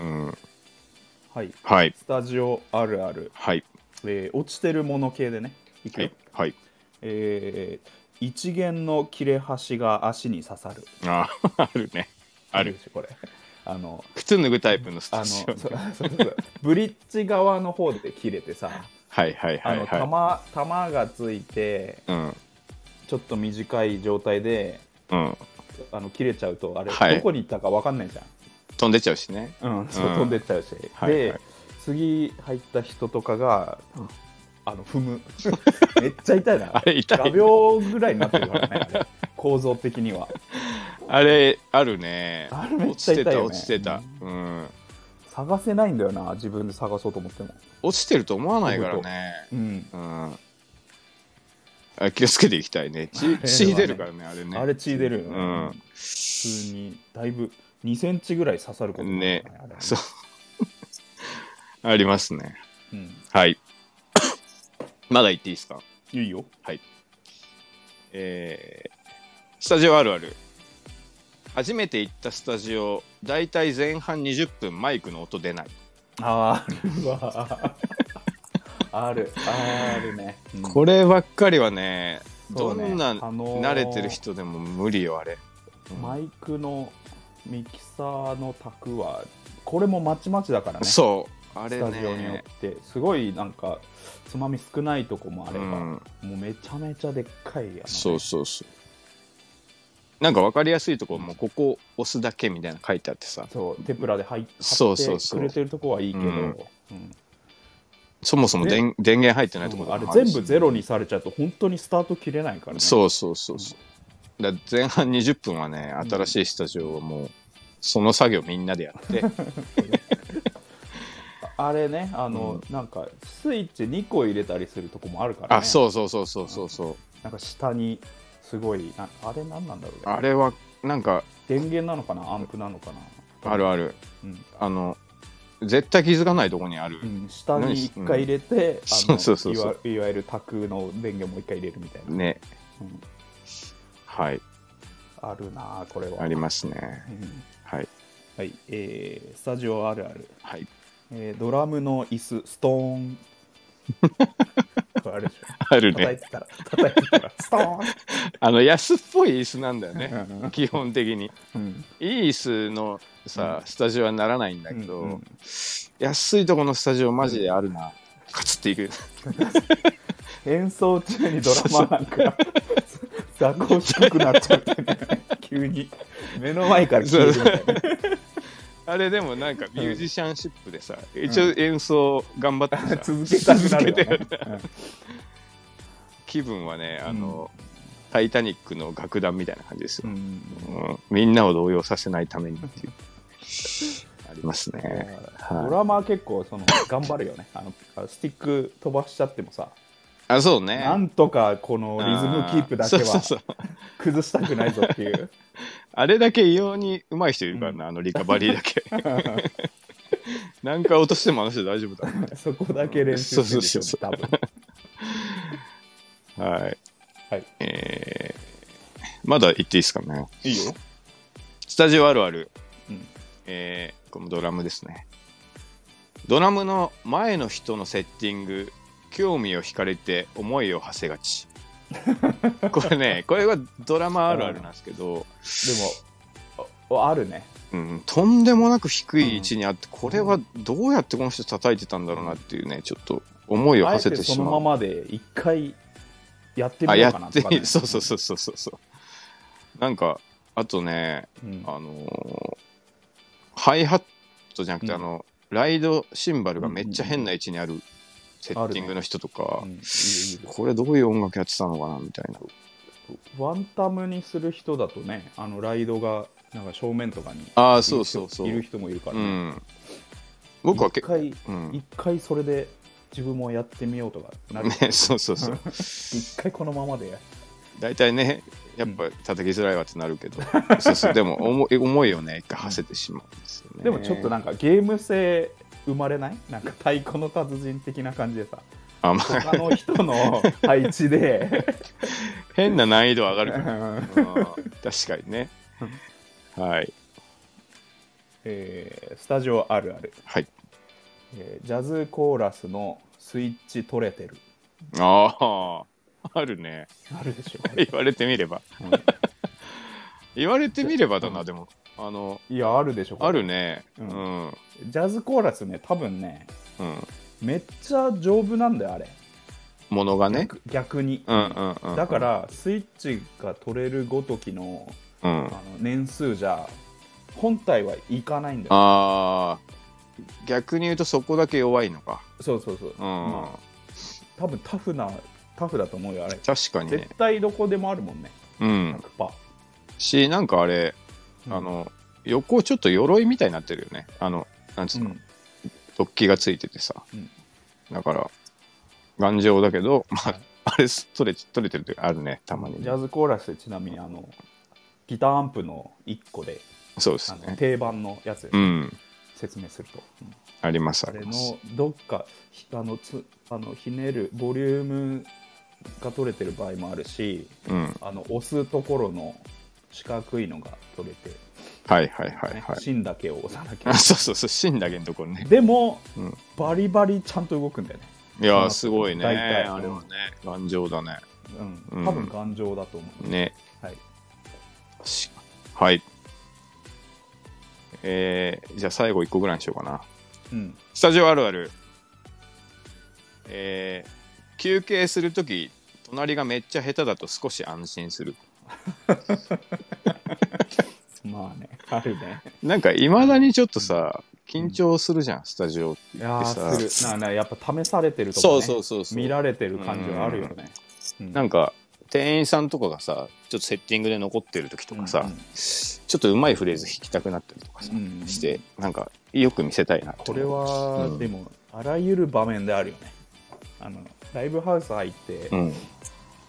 A: うん
B: うん
A: はい
B: はい
A: スタジオあるある、
B: はい
A: えー落ちてるもの系でねいく
B: は
A: よ、
B: いはい
A: えー一弦の切れ端が足に刺さる
B: あ ああるねある
A: でしょこれ あの
B: 靴脱ぐタイプのス
A: あ
B: タ
A: の
B: ジ
A: そ
B: オ
A: う そうそうブリッジ側の方で切れてさ
B: はいはい
A: あ
B: はい
A: の
B: は
A: 玉玉がついて
B: いうん
A: ちょっと短い状態で
B: うん
A: あの切れちゃうとあれ、
B: はい
A: どこに行ったか分かんないじ
B: 飛んでっちゃうしね
A: ゃん、うん、そう
B: うん
A: 飛んでっちゃうし、
B: はいはい
A: で、次入った人とかが、あの踏む めっちゃ痛いな
B: あれ痛い
A: 画鋲ぐらいになってるからねあれ構造的に は
B: あれあるね
A: あれめっ
B: 落
A: ちゃ
B: ち
A: 痛
B: て
A: いよね
B: た落ちてたうん
A: 探せないんだよな自分で探そうと思っても
B: 落ちてると思わないからね
A: うん
B: うんあ気をつけていきたいね血血出るからねあれね
A: あれ血出るよね、
B: うん
A: 普通にだいぶ2センチぐらい刺さることになるからねあれね
B: そうありますね
A: うん、
B: はい まだ言っていいですか
A: いいよ
B: えースタジオあるある初めて行ったスタジオだいたい前半20分マイクの音出ない、
A: ああ、うわ ある、あるね。
B: こればっかりはね
A: そ
B: ど
A: うね
B: んな
A: あのー
B: 慣れてる人でも無理よあれ、うん
A: マイクのミキサーの卓は、これもまちまちだからね。
B: そうあれ
A: スタジオによ
B: ね
A: って、すごいなんか、つまみ少ないとこもあれば、
B: うん
A: もうめちゃめちゃでっかいや、ね。
B: そうそうそうなんか分かりやすいところもここ押すだけみたいなの書いてあってさ
A: そうテプラで入って
B: そうそうそう
A: 貼ってくれてるとこはいいけど、
B: う
A: うんん
B: そもそも電電源入ってないところ
A: あれ
B: もるし
A: 全部ゼロにされちゃうと本当にスタート切れないからね
B: そうそうそうそう。だから前半20分はね、
A: ん
B: 新しいスタジオをもう、その作業みんなで やって、
A: あれねあの、なんかスイッチ2個入れたりするとこもあるから、ね、
B: あ、そうそうそうそうそうそう。
A: なんか下にすごいなあれ何なんだろうね
B: あれは、なんか、
A: 電源なのかなアンプなのかな
B: あるある。
A: うん、
B: あの、絶対気づかないとこにある
A: う。ん、下に一回入れて、
B: 何
A: あの
B: そうそうそうそう
A: いわいわゆる卓の電源もう一回入れるみたいな、
B: ね。
A: うん
B: はい。
A: あるなあこれは
B: ありますね。
A: うん
B: はい。
A: はいえー、スタジオあるある、
B: はい。
A: えー、ドラムの椅子ストーンこれあるでしょ
B: ある
A: 叩い
B: ね。
A: てたら叩いてたらストーン、
B: あの、安っぽい椅子なんだよね。
A: ね
B: 基本的に。
A: うん、
B: いい椅子のさ、スタジオはならないんだけど、
A: うんうん
B: 安いとこのスタジオマジであるな。カツっていく。
A: 演奏中にドラマなんか雑魚低くなっちゃってね急に目の前から消えるみたいなね
B: あれでもなんかミュージシャンシップでさ、一応演奏頑張ってさ
A: 続けたくなるよ
B: 続けて
A: ね
B: 気分はねあの、タイタニック」の楽団みたいな感じです
A: う
B: よ、
A: ん
B: うんみんなを動揺させないため にっていうありますねはい
A: ドラマは結構その頑張るよねあのスティック飛ばしちゃってもさ
B: あそうね
A: なんとかこのリズムキープだけ
B: あーそうそう
A: は
B: そう
A: 崩したくないぞっていう
B: あれだけ異様にうまい人いるからな、あのリカバリー だけなんか落としてもあの人大丈夫だな
A: そこだけ練習してるでしょうね
B: そう
A: 多分
B: はい、
A: はい
B: えーまだ言っていいですかね
A: いいよ
B: スタジオあるある、
A: うん
B: えーこのドラムですね。ドラ ムの前の人のセッティング、興味を惹かれて思いを馳せがち。これね、これはドラマあるあるなんですけど、
A: もああるね
B: うん、とんでもなく低い位置にあって、これはどうやってこの人叩いてたんだろうなっていうね、ちょっと思いを
A: あえ
B: 馳
A: て
B: せて
A: そ
B: し
A: の
B: ま
A: ま
B: う。
A: まで一回やって
B: あ、
A: みよ
B: や
A: うかな
B: っ
A: と
B: て
A: か、
B: み
A: ね
B: る。、そうそうそうそうそうそう。なんか、あとね、
A: うん
B: あのーハイハットじゃなくて、
A: うん
B: あの、ライドシンバルがめっちゃ変な位置にあるセッティングの人とか、
A: うんいるいる
B: これどういう音楽やってたのかなみたいな。
A: ワンタムにする人だとねあのライドがなんか正面とかに
B: ああ、そうそうそう。
A: いる人もいるから
B: う
A: ね、
B: ん。僕は
A: 一
B: 結構、
A: 回
B: うん
A: 一回それで自分もやってみようとかなる
B: ね、 そうそうそう。
A: 一回このままで
B: 大体ね、やっぱ叩きづらいわってなるけど、そう そう、でも思い思いをね、一回馳せてしまうんですよね。
A: でもちょっとなんかゲーム性生まれないなんか太鼓の達人的な感じ でさ
B: あ、まあ、
A: 他の人の配置 で
B: 変な難易度上がる
A: う
B: からね
A: ん
B: うん確かにね。はい。
A: えースタジオあるある、
B: はい。
A: えージャズコーラスのスイッチ取れてる
B: ああ、あるね。
A: あるでしょ、
B: 言われてみれば。
A: う
B: 言われてみればだ
A: う
B: な、
A: ん
B: でも。あの、
A: んいやあるでしょ
B: あるね。
A: う
B: うんん。うん。
A: ジャズコーラスね多分ねめっちゃ丈夫なんだよあれ
B: ものがね。
A: 逆逆に、
B: うんうんうんうん。
A: だか、らスイッチが取れるごときの
B: うん
A: あ。の年数じゃ本体はいかないんだよ
B: ああ、逆に言うとそこだけ弱いのか。
A: そうそうそう、
B: うん。
A: まあ多分タフなタフだと思うよあれ
B: 確かにね
A: 絶。対どこでもあるもんね
B: うん。
A: 100%、
B: し、なんかあれ、
A: うん
B: あの、横ちょっと鎧みたいになってるよね。あの、なんつ
A: う
B: うの、
A: ん
B: 突起がついててさ。
A: うん
B: だから、頑丈だけど、まあ、あ れ、取れ、取れてる時あるね、たまに
A: ジ。ャズコーラスってちなみにあのギターアンプの1個で
B: そうです
A: あの
B: ね。
A: 定番のやつ
B: うん。
A: 説明すると、うん
B: あります、あ
A: あれ
B: ります。
A: のどっかひあのつあのひねるボリュームが取れてる場合もあるし
B: うん。
A: あの押すところの四角いのが取れて、
B: はいはいはい
A: ね
B: はい。
A: 芯だけを押さなきゃ
B: あ そうそうそう、芯だけのところね。
A: でも、
B: うん
A: バリバリちゃんと動くんだよね、
B: いやー、すごいね。
A: 大体
B: あれはね、頑丈だね。
A: う、
B: うんん
A: 多分頑丈だと思う、
B: ね。
A: はい、
B: しはい。えー、じゃあ最後1個ぐらいにしようかな。
A: うん、
B: スタジオあるある。えー、休憩するとき、隣がめっちゃ下手だと少し安心する。
A: まあねあるね
B: なんか、いまだにちょっとさ、緊張するじゃん、スタジオって
A: い
B: 言
A: や
B: ってさ。
A: ーするなあなあやっぱ試されてるとか、ね、
B: そうそうそうそう。
A: 見られてる感じはあるよね、うん
B: なんか、店員さんとかがさ、ちょっとセッティングで残ってるときとかさ、
A: うんうん
B: ちょっとうまいフレーズ弾きたくなったりとかさ、
A: うんうん
B: して、なんか、よく見せたいなと
A: これ
B: 思う。
A: は、
B: うん
A: でもあらゆる場面であるよねあのライブハウス入って、
B: うん。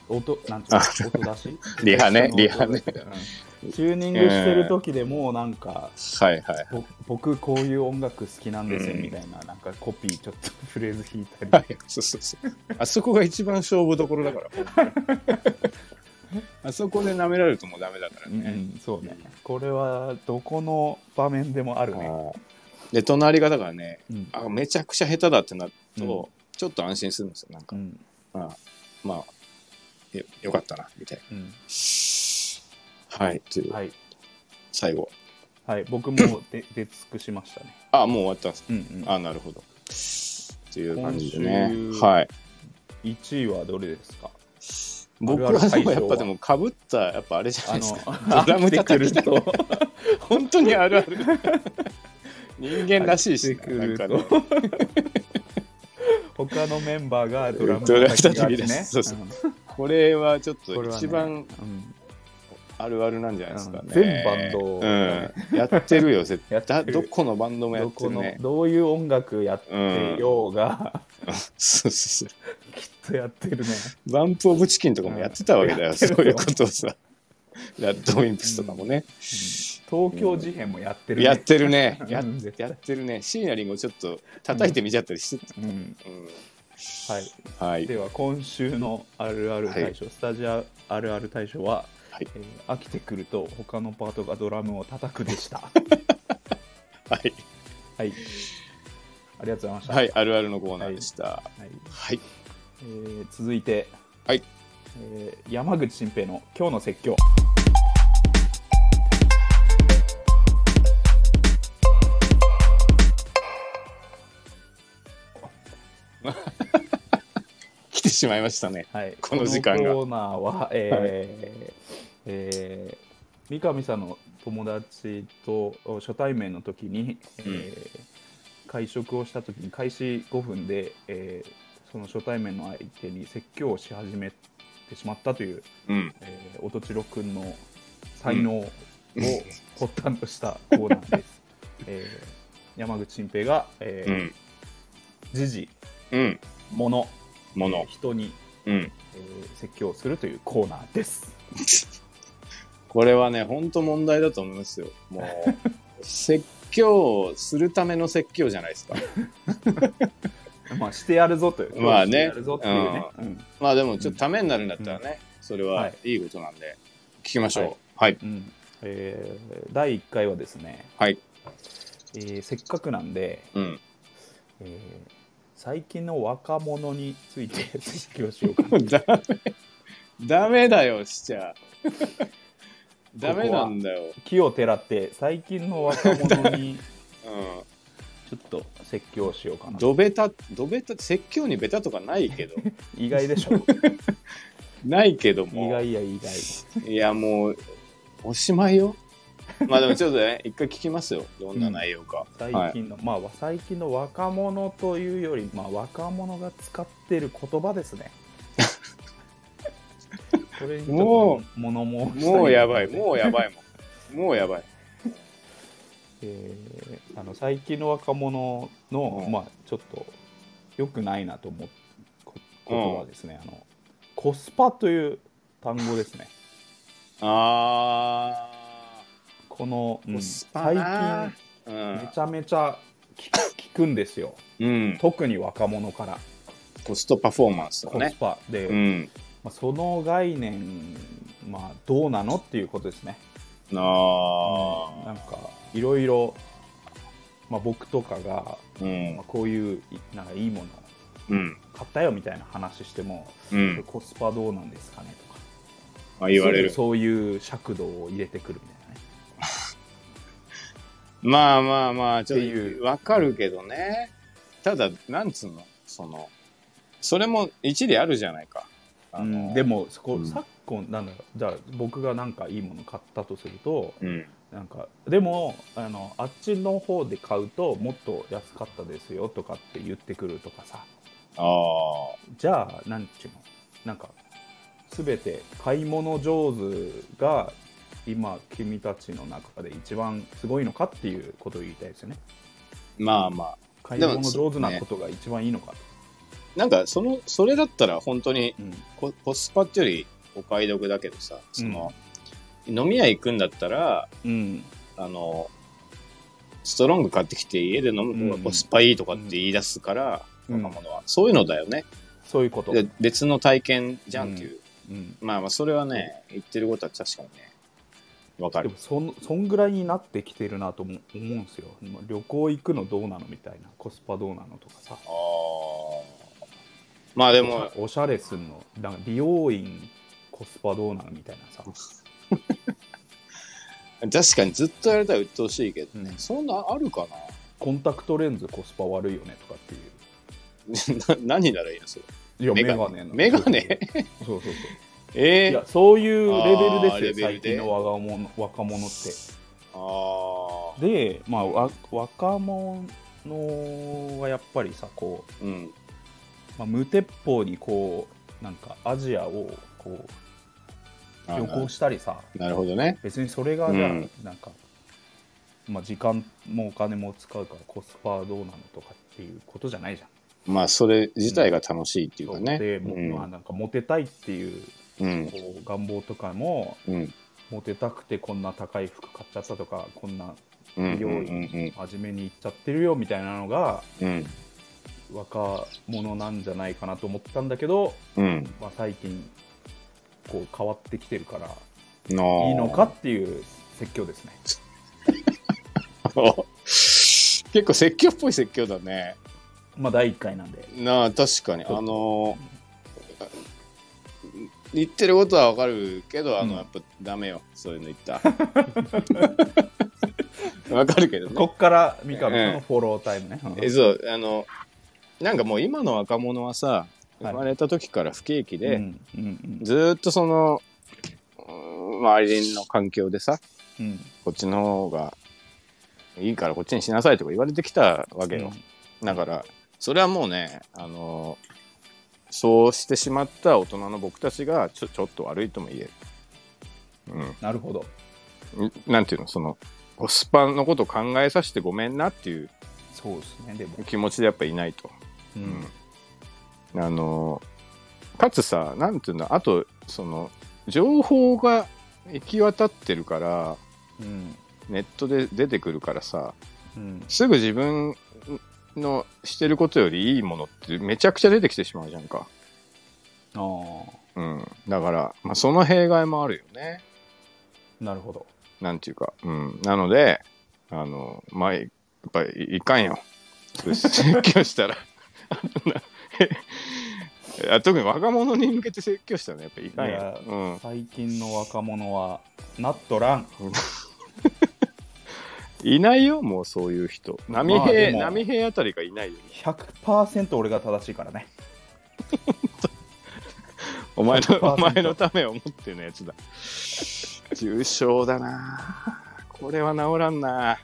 A: 音なんていうの音出し
B: リハね
A: リハね、うんチューニングしてる時でもうなんか、
B: はいはい。
A: ぼ僕こういう音楽好きなんですよ
B: うん
A: みたいな,、なんかコピーちょっとフレーズ弾いたり、
B: はい、そうそうそう。あそこが一番勝負どころだから。あそこで舐められるともうダメだから
A: うんう
B: ね。
A: んそうねこれはどこの場面でもあるね、
B: はいで、隣がだからね、
A: うん
B: あめちゃくちゃ下手だってなると、
A: うん
B: ちょっと安心するんですよ。なん
A: う
B: か、
A: ん
B: あまあよ、よかったな、みたい
A: うん
B: な。はい、という、
A: はい、
B: 最後。
A: はい、僕も で出尽くしましたね、
B: あ、もう終わったんです。
A: うん
B: あ、なるほど。という感じで
A: 今
B: ね
A: 週。
B: はい。
A: うん、1位はどれですか
B: 僕は
A: あるある
B: で
A: 解
B: も
A: 消は
B: やっぱでもかぶったやっぱあれじゃないですか
A: あの
B: ドラム叩き
A: 飽きて
B: た
A: くると
B: 本当にあるある人間らしいし
A: 飽きてくると
B: なんかね
A: 他のメンバーがドラム
B: ドラム
A: 叩きがち
B: 叩きで
A: ね
B: すそうそうんこれはちょっ
A: ことれはね
B: 一番
A: うん
B: あるあるなんじゃないですかね、
A: うん全バンド
B: うん、やってるよ絶
A: やって
B: 対
A: る
B: どこのバンドもや
A: ど
B: って
A: こ
B: る
A: の
B: ね
A: どういう音楽やってようが、
B: そうそうそ
A: きっとやってるね
B: うバンプ・オブ・チキンとかもやってたわけだよ、
A: うん
B: そういうことをさラッドウィンプスとかもね、
A: 東京事変もやってるね、
B: やってるねや
A: うん絶対
B: やってるね椎名林檎ちょっと叩いてみちゃったりしてた、
A: うん
B: うん
A: はい
B: はい
A: では今週のあるある大賞、スタジオあるある大賞は、
B: は
A: えー
B: い
A: 飽きてくると他のパートがドラムを叩くで した。
B: はい
A: はい。ありがとうございました。
B: はい、あるあるのコーナーでした。
A: はい
B: はい。
A: えー続いて、
B: はい
A: えー山口新平の今日の説教
B: 来てしまいましたね。
A: はい、
B: この時間が
A: このコーナーは、えーえー三上さんの友達と初対面の時に、えー会食をした時に開始5分で、えーその初対面の相手に説教をし始めてしまったという、
B: うん。
A: えー、音千代君の才能を発端としたコーナーです。えー山口新平が、え
B: う
A: ー
B: ん。
A: 時事、
B: うん。
A: もの、
B: もの。
A: 人に、
B: うん。
A: えー説教をするというコーナーです。
B: これはね、ほんと問題だと思いますよ。も う、説教をするための説教じゃないですか。
A: まあしてやるぞという。
B: まあね
A: してやるぞっていうね。うん
B: まあでも、ちょっとためになるんだったらね、それははいいいことなんで、聞きましょう。はい。
A: うんえー第1回はですね、
B: はい。
A: えーせっかくなんで、
B: うん。
A: えー最近の若者について説教しようかな。
B: ダメ。ダメだよ、しち ゃ。ダメなんだよ。
A: 木をてらって最近の若者に
B: うん。
A: ちょっと説教しようかな。
B: どべた、どべた、説教にベタとかない けど、
A: 意外で しょ
B: ないけども。
A: 意外や意外。
B: いや、もう、おしまいよ。まあでもちょっとね、一回聞きますよ。どんな内容 か。は
A: 最
B: い。
A: 近の、まあ最近の若者というより、まあ若者が使ってる言葉です ね。これにちょっと
B: も
A: 物申した
B: もうやばい、
A: なと
B: もうやばいもん。もうやばい。
A: えーあの最近の若者の、
B: うん
A: まあちょっと良くないなと思うこことはですね、あのコスパという単語ですね
B: あ
A: この、うん
B: コスパ
A: 最近
B: なー。う
A: め
B: ん
A: ちゃめちゃ聞聞くんですよ
B: うん、
A: 特に若者から
B: コストパフォーマンス
A: コ
B: だ
A: ス
B: ね。
A: パで、
B: うん。
A: まあ、その概念まあどうなのっていうことですねなん
B: あ
A: かいろいろまあ僕とかが、
B: あ。うん
A: まあ、。こういういなんかいいもの
B: うん。
A: 買ったよみたいな話しても、
B: うん。
A: コスパどうなんですかねとか
B: まあ言われる
A: すぐ。そういう尺度を入れてくるみたいなね
B: まあまあまあ、ちょ
A: って
B: っ
A: い
B: と、わかるけどね。ただ、なんつうのその、それも一理あるじゃないか。あの
A: うんで、もそこ、
B: うん
A: 昨今なんだろうじゃあ僕がなんかいいもの買ったとすると
B: うん。
A: なんかでもあのあっちの方で買うともっと安かったですよとかって言ってくるとかさ
B: ああ。
A: じゃあなんちゅうのなんか全て買い物上手が今君たちの中で一番すごいのかっていうことを言いたいですよね
B: まあま
A: 買い物上手なことが一番いいのか
B: あなんかそのそれだったら本当に
A: と、うん
B: ココスパってよりお買い得だけどさその、飲み屋行くんだったら
A: うん、
B: あのストロング買ってきて家で飲む方
A: うん
B: がコスパいいとかって言い出すから、
A: うん
B: 若者はそういうのだよね
A: そういうこと。
B: で別の体験じゃんっていう、
A: うん
B: まあまあそれはね言ってることは確かにねわか
A: で
B: る
A: もそんそんぐらいになってきてるなとも思うんですよ。まあ旅行行くのどうなのみたいな、コスパどうなのとかさ。
B: ああまあで
A: おし
B: も
A: ゃおしゃれすんの、なんか美容院コスパどうなのみたいなさ。
B: 確かにずっとやれたら鬱陶しいけどね、
A: うん
B: そんなあるかな
A: コンタクトレンズコスパ悪いよねとかっていう。
B: な何ならいいのそれ。
A: いや、
B: メ
A: メ
B: ガ
A: ガネの。
B: メガネ
A: そうそうそう。
B: え
A: いや、そういうレ
B: あー
A: ベルで
B: レ
A: す
B: ベ
A: よ、最
B: ルで
A: 近の若者若者って。
B: ああ。
A: で、まあ、わ若者はやっぱりさ、こう、
B: うん。
A: まあ、無鉄砲にこうなんかアジアをこう旅行したりさ
B: なるほどね。
A: 別にそれがじゃあ、
B: うん
A: なんか、まあ、時間もお金も使うからコスパはどうなのとかっていうことじゃないじゃん。
B: まあ、それ自体が楽しいっていう
A: そ
B: か
A: う
B: ね。
A: で、も
B: う
A: うんまあなんかモテたいっていう
B: うん。
A: こう願望とかも
B: うん。
A: モテたくてこんな高い服買っちゃったとかこんな
B: うん。うん。
A: 用意真面目にいっちゃってるよみたいなのが
B: うん。
A: 若者なんじゃないかなと思ったんだけど、
B: うん。
A: まあ、最近こう変わってきてるから。
B: いい
A: いいのかっていう説教ですね。
B: 結構説教っぽい説教だね。
A: まあ第1回なんで。
B: なあ、確かに。あの言ってることはわかるけど、あ
A: うん
B: の、やっぱダメよ。そういうの言った ら。わかるけどね。
A: こっから三上さんのフォロータイムね。うん
B: えそう、あの、なんかもう今の若者はさ、
A: はい
B: 生まれた時から不景気で、
A: うんうん
B: ずーっとその、うん周りの環境でさ、
A: うんうん
B: こっちの方がいいからこっちにしなさいとか言われてきたわけよ。だから、それはもうね、あの、そうしてしまった大人の僕たちがちょちょっと悪いとも言える。
A: なるほど。
B: うん。なんていうの、その、コスパのことを考えさせてごめんなっていう
A: そうですね、でも。
B: 気持ちでやっぱいないと。
A: う
B: うん、あのかつさなんていうんだあとその情報が行き渡ってるから
A: うん
B: ネットで出てくるからさ
A: うん
B: すぐ自分のしてることよりいいものってめちゃくちゃ出てきてしまうじゃんか、
A: ああ、
B: うん、だから、まあ、その弊害もあるよね
A: なるほど。
B: なんていうか、うん、なのであのまあやっぱりいかんよそういう説教したら あんなあ特に若者に向けて説教したらやっぱいかん
A: いや
B: よ、うん、
A: 最近の若者は、なっとらん。
B: いないよもうそういう人波
A: まあで
B: 平、
A: も
B: 波平あたりがいないよ
A: 100%俺が正しいからね。
B: お前
A: 100%
B: のお前のためを思ってのやつだ重症だなこれは治らんな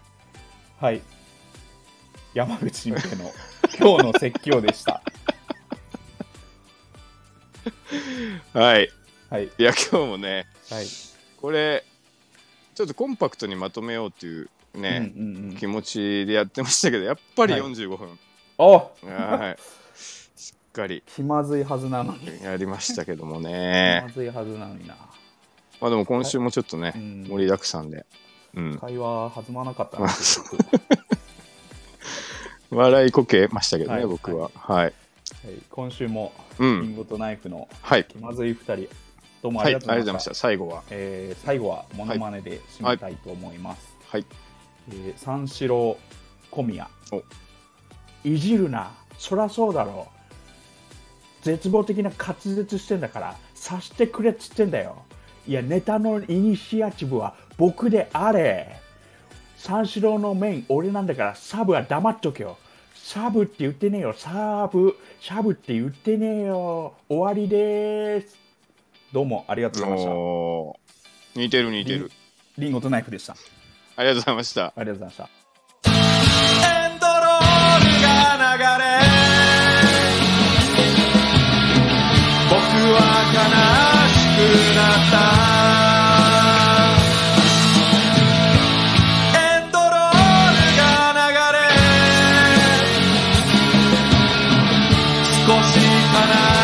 A: はい。山口みての 今日の説教でした。
B: はい
A: はい。
B: いや今日もね
A: はい。
B: これちょっとコンパクトにまとめようっていうね、
A: うんうんうん
B: 気持ちでやってましたけどやっぱり
A: はい
B: 45分、
A: お
B: はい、しっかり
A: 気まずいはずなのに。
B: やりましたけども
A: 気
B: ね
A: まずいはずなのにな。
B: まあでも今週もちょっとね、
A: うん
B: 盛りだくさんで、うん、
A: 会話弾まなかったな。
B: 笑いこけましたけどね、
A: はい
B: 僕はは
A: は
B: い、
A: い今週も、
B: う
A: リン
B: ん
A: ゴとナイフの
B: はい
A: 気まずい2人、どうもあ
B: は
A: り
B: い、あ
A: が
B: り
A: とうございま
B: がとうございま
A: し。
B: したた最後は
A: えー最後はモノマネで締めたいと思います。
B: はい
A: えー三四郎小宮
B: お
A: いじるなそりゃそうだろう絶望的な滑舌してんだから察してくれっつってんだよいやネタのイニシアチブは僕であれ三四郎のメイン俺なんだからサブは黙っとけよサブって言ってねえよサーブシャブって言ってねえよ終わりですどうもありがとうございました
B: おー似てる似てる
A: リンゴとナイフでしたあ
B: ありがとうございました
A: りがとうございました
C: エンドロールが流れ僕は悲しくなったエンドロールが流れ少し悲